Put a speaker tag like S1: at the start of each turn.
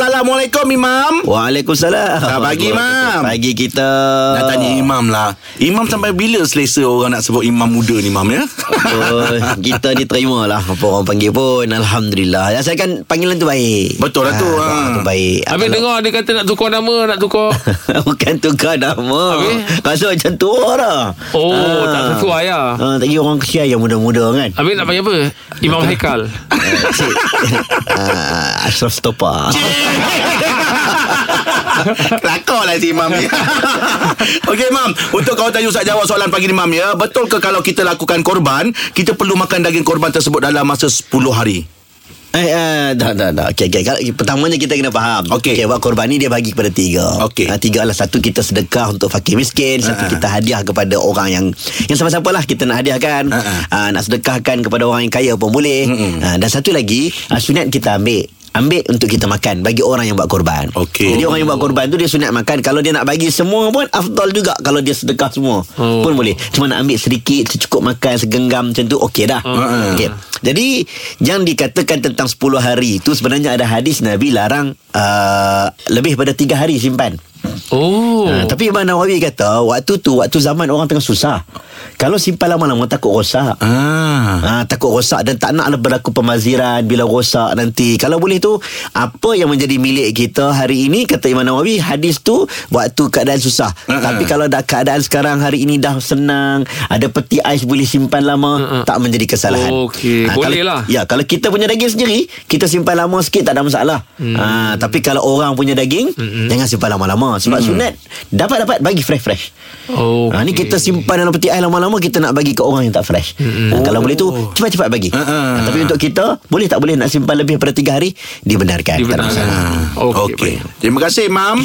S1: Assalamualaikum Imam
S2: Waalaikumsalam.
S1: Selamat pagi, Mam.
S2: Pagi kita.
S1: Nak tanya Imam lah Imam sampai bila selesa orang nak sebut Imam muda ni Imam ya
S2: Oh, kita diterima lah Apa orang panggil pun Alhamdulillah Dan saya kan panggilan tu baik
S1: Betul lah tu, ah.
S2: Ah, panggilan tu baik
S3: Habis
S2: Kalau-
S3: dengar dia kata nak tukar nama, nak tukar.
S2: Bukan tukar nama
S3: Habis?
S2: Rasa macam tua dah
S3: Oh, tak sesuai lah.
S2: ah, Tak kira orang kesian yang muda-muda kan
S3: Habis nak panggil apa? Imam Haikal.
S2: ah, Ashraf Stopa
S1: Kelakar lah si Imam ni Okey Imam Untuk kau tanya Ustaz jawab soalan pagi ni Imam ya Betul ke kalau kita lakukan korban Kita perlu makan daging korban tersebut dalam masa 10 hari
S2: Eh, eh, dah, dah, dah. Okey, okey. Kalau- Pertamanya kita kena faham.
S1: Okey.
S2: Okey, buat korban ni dia bagi kepada tiga.
S1: Okey. Ah,
S2: Ah, tiga lah. Satu kita sedekah untuk fakir miskin. Satu
S1: Ha-ha.
S2: kita hadiah kepada orang yang... Yang sama-sama lah kita nak hadiahkan.
S1: Ha-ha.
S2: Ah, nak sedekahkan kepada orang yang kaya pun boleh. Ah, dan satu lagi, ah, sunat kita ambil. Ambil untuk kita makan bagi orang yang buat korban.
S1: Okey.
S2: Jadi orang yang
S3: Oh.
S2: buat korban tu dia sunat makan. Kalau dia nak bagi semua pun afdal juga kalau dia sedekah semua.
S3: Oh.
S2: Pun boleh. Cuma nak ambil sedikit, secukup makan, segenggam macam tu okey dah.
S3: Ah.
S2: Okey. Jadi yang dikatakan tentang 10 hari itu sebenarnya ada hadis Nabi larang uh, lebih pada 3 hari simpan.
S3: Oh.
S2: Ha, tapi Imam Nawawi kata waktu tu waktu zaman orang tengah susah. Kalau simpan lama-lama takut rosak.
S1: Ah,
S2: Ha, takut rosak dan tak naklah berlaku pemaziran bila rosak nanti. Kalau boleh tu, apa yang menjadi milik kita hari ini, kata Imam Nawawi, hadis tu waktu keadaan susah.
S1: Mm-mm.
S2: Tapi kalau dah keadaan sekarang hari ini dah senang, ada peti ais boleh simpan lama,
S3: Mm-mm.
S2: tak menjadi kesalahan.
S3: Okey,
S2: kalau,
S3: boleh lah.
S2: Ya, kalau kita punya daging sendiri, kita simpan lama sikit tak ada masalah. Ha, tapi kalau orang punya daging, jangan simpan lama-lama. Sebab sunat, dapat-dapat bagi fresh-fresh.
S3: Oh.
S2: Okay. Ha, ni kita simpan dalam peti air lama-lama kita nak bagi ke orang yang tak fresh. Mm-hmm. Ha, kalau boleh tu cepat-cepat bagi.
S1: Mm-mm.
S2: Ha, tapi untuk kita boleh tak boleh nak simpan lebih daripada 3 hari dibenarkan. Tak ada
S3: Dibenarkan.
S2: masalah.
S1: ah.
S3: Okey,
S1: Okey okay. Terima kasih Imam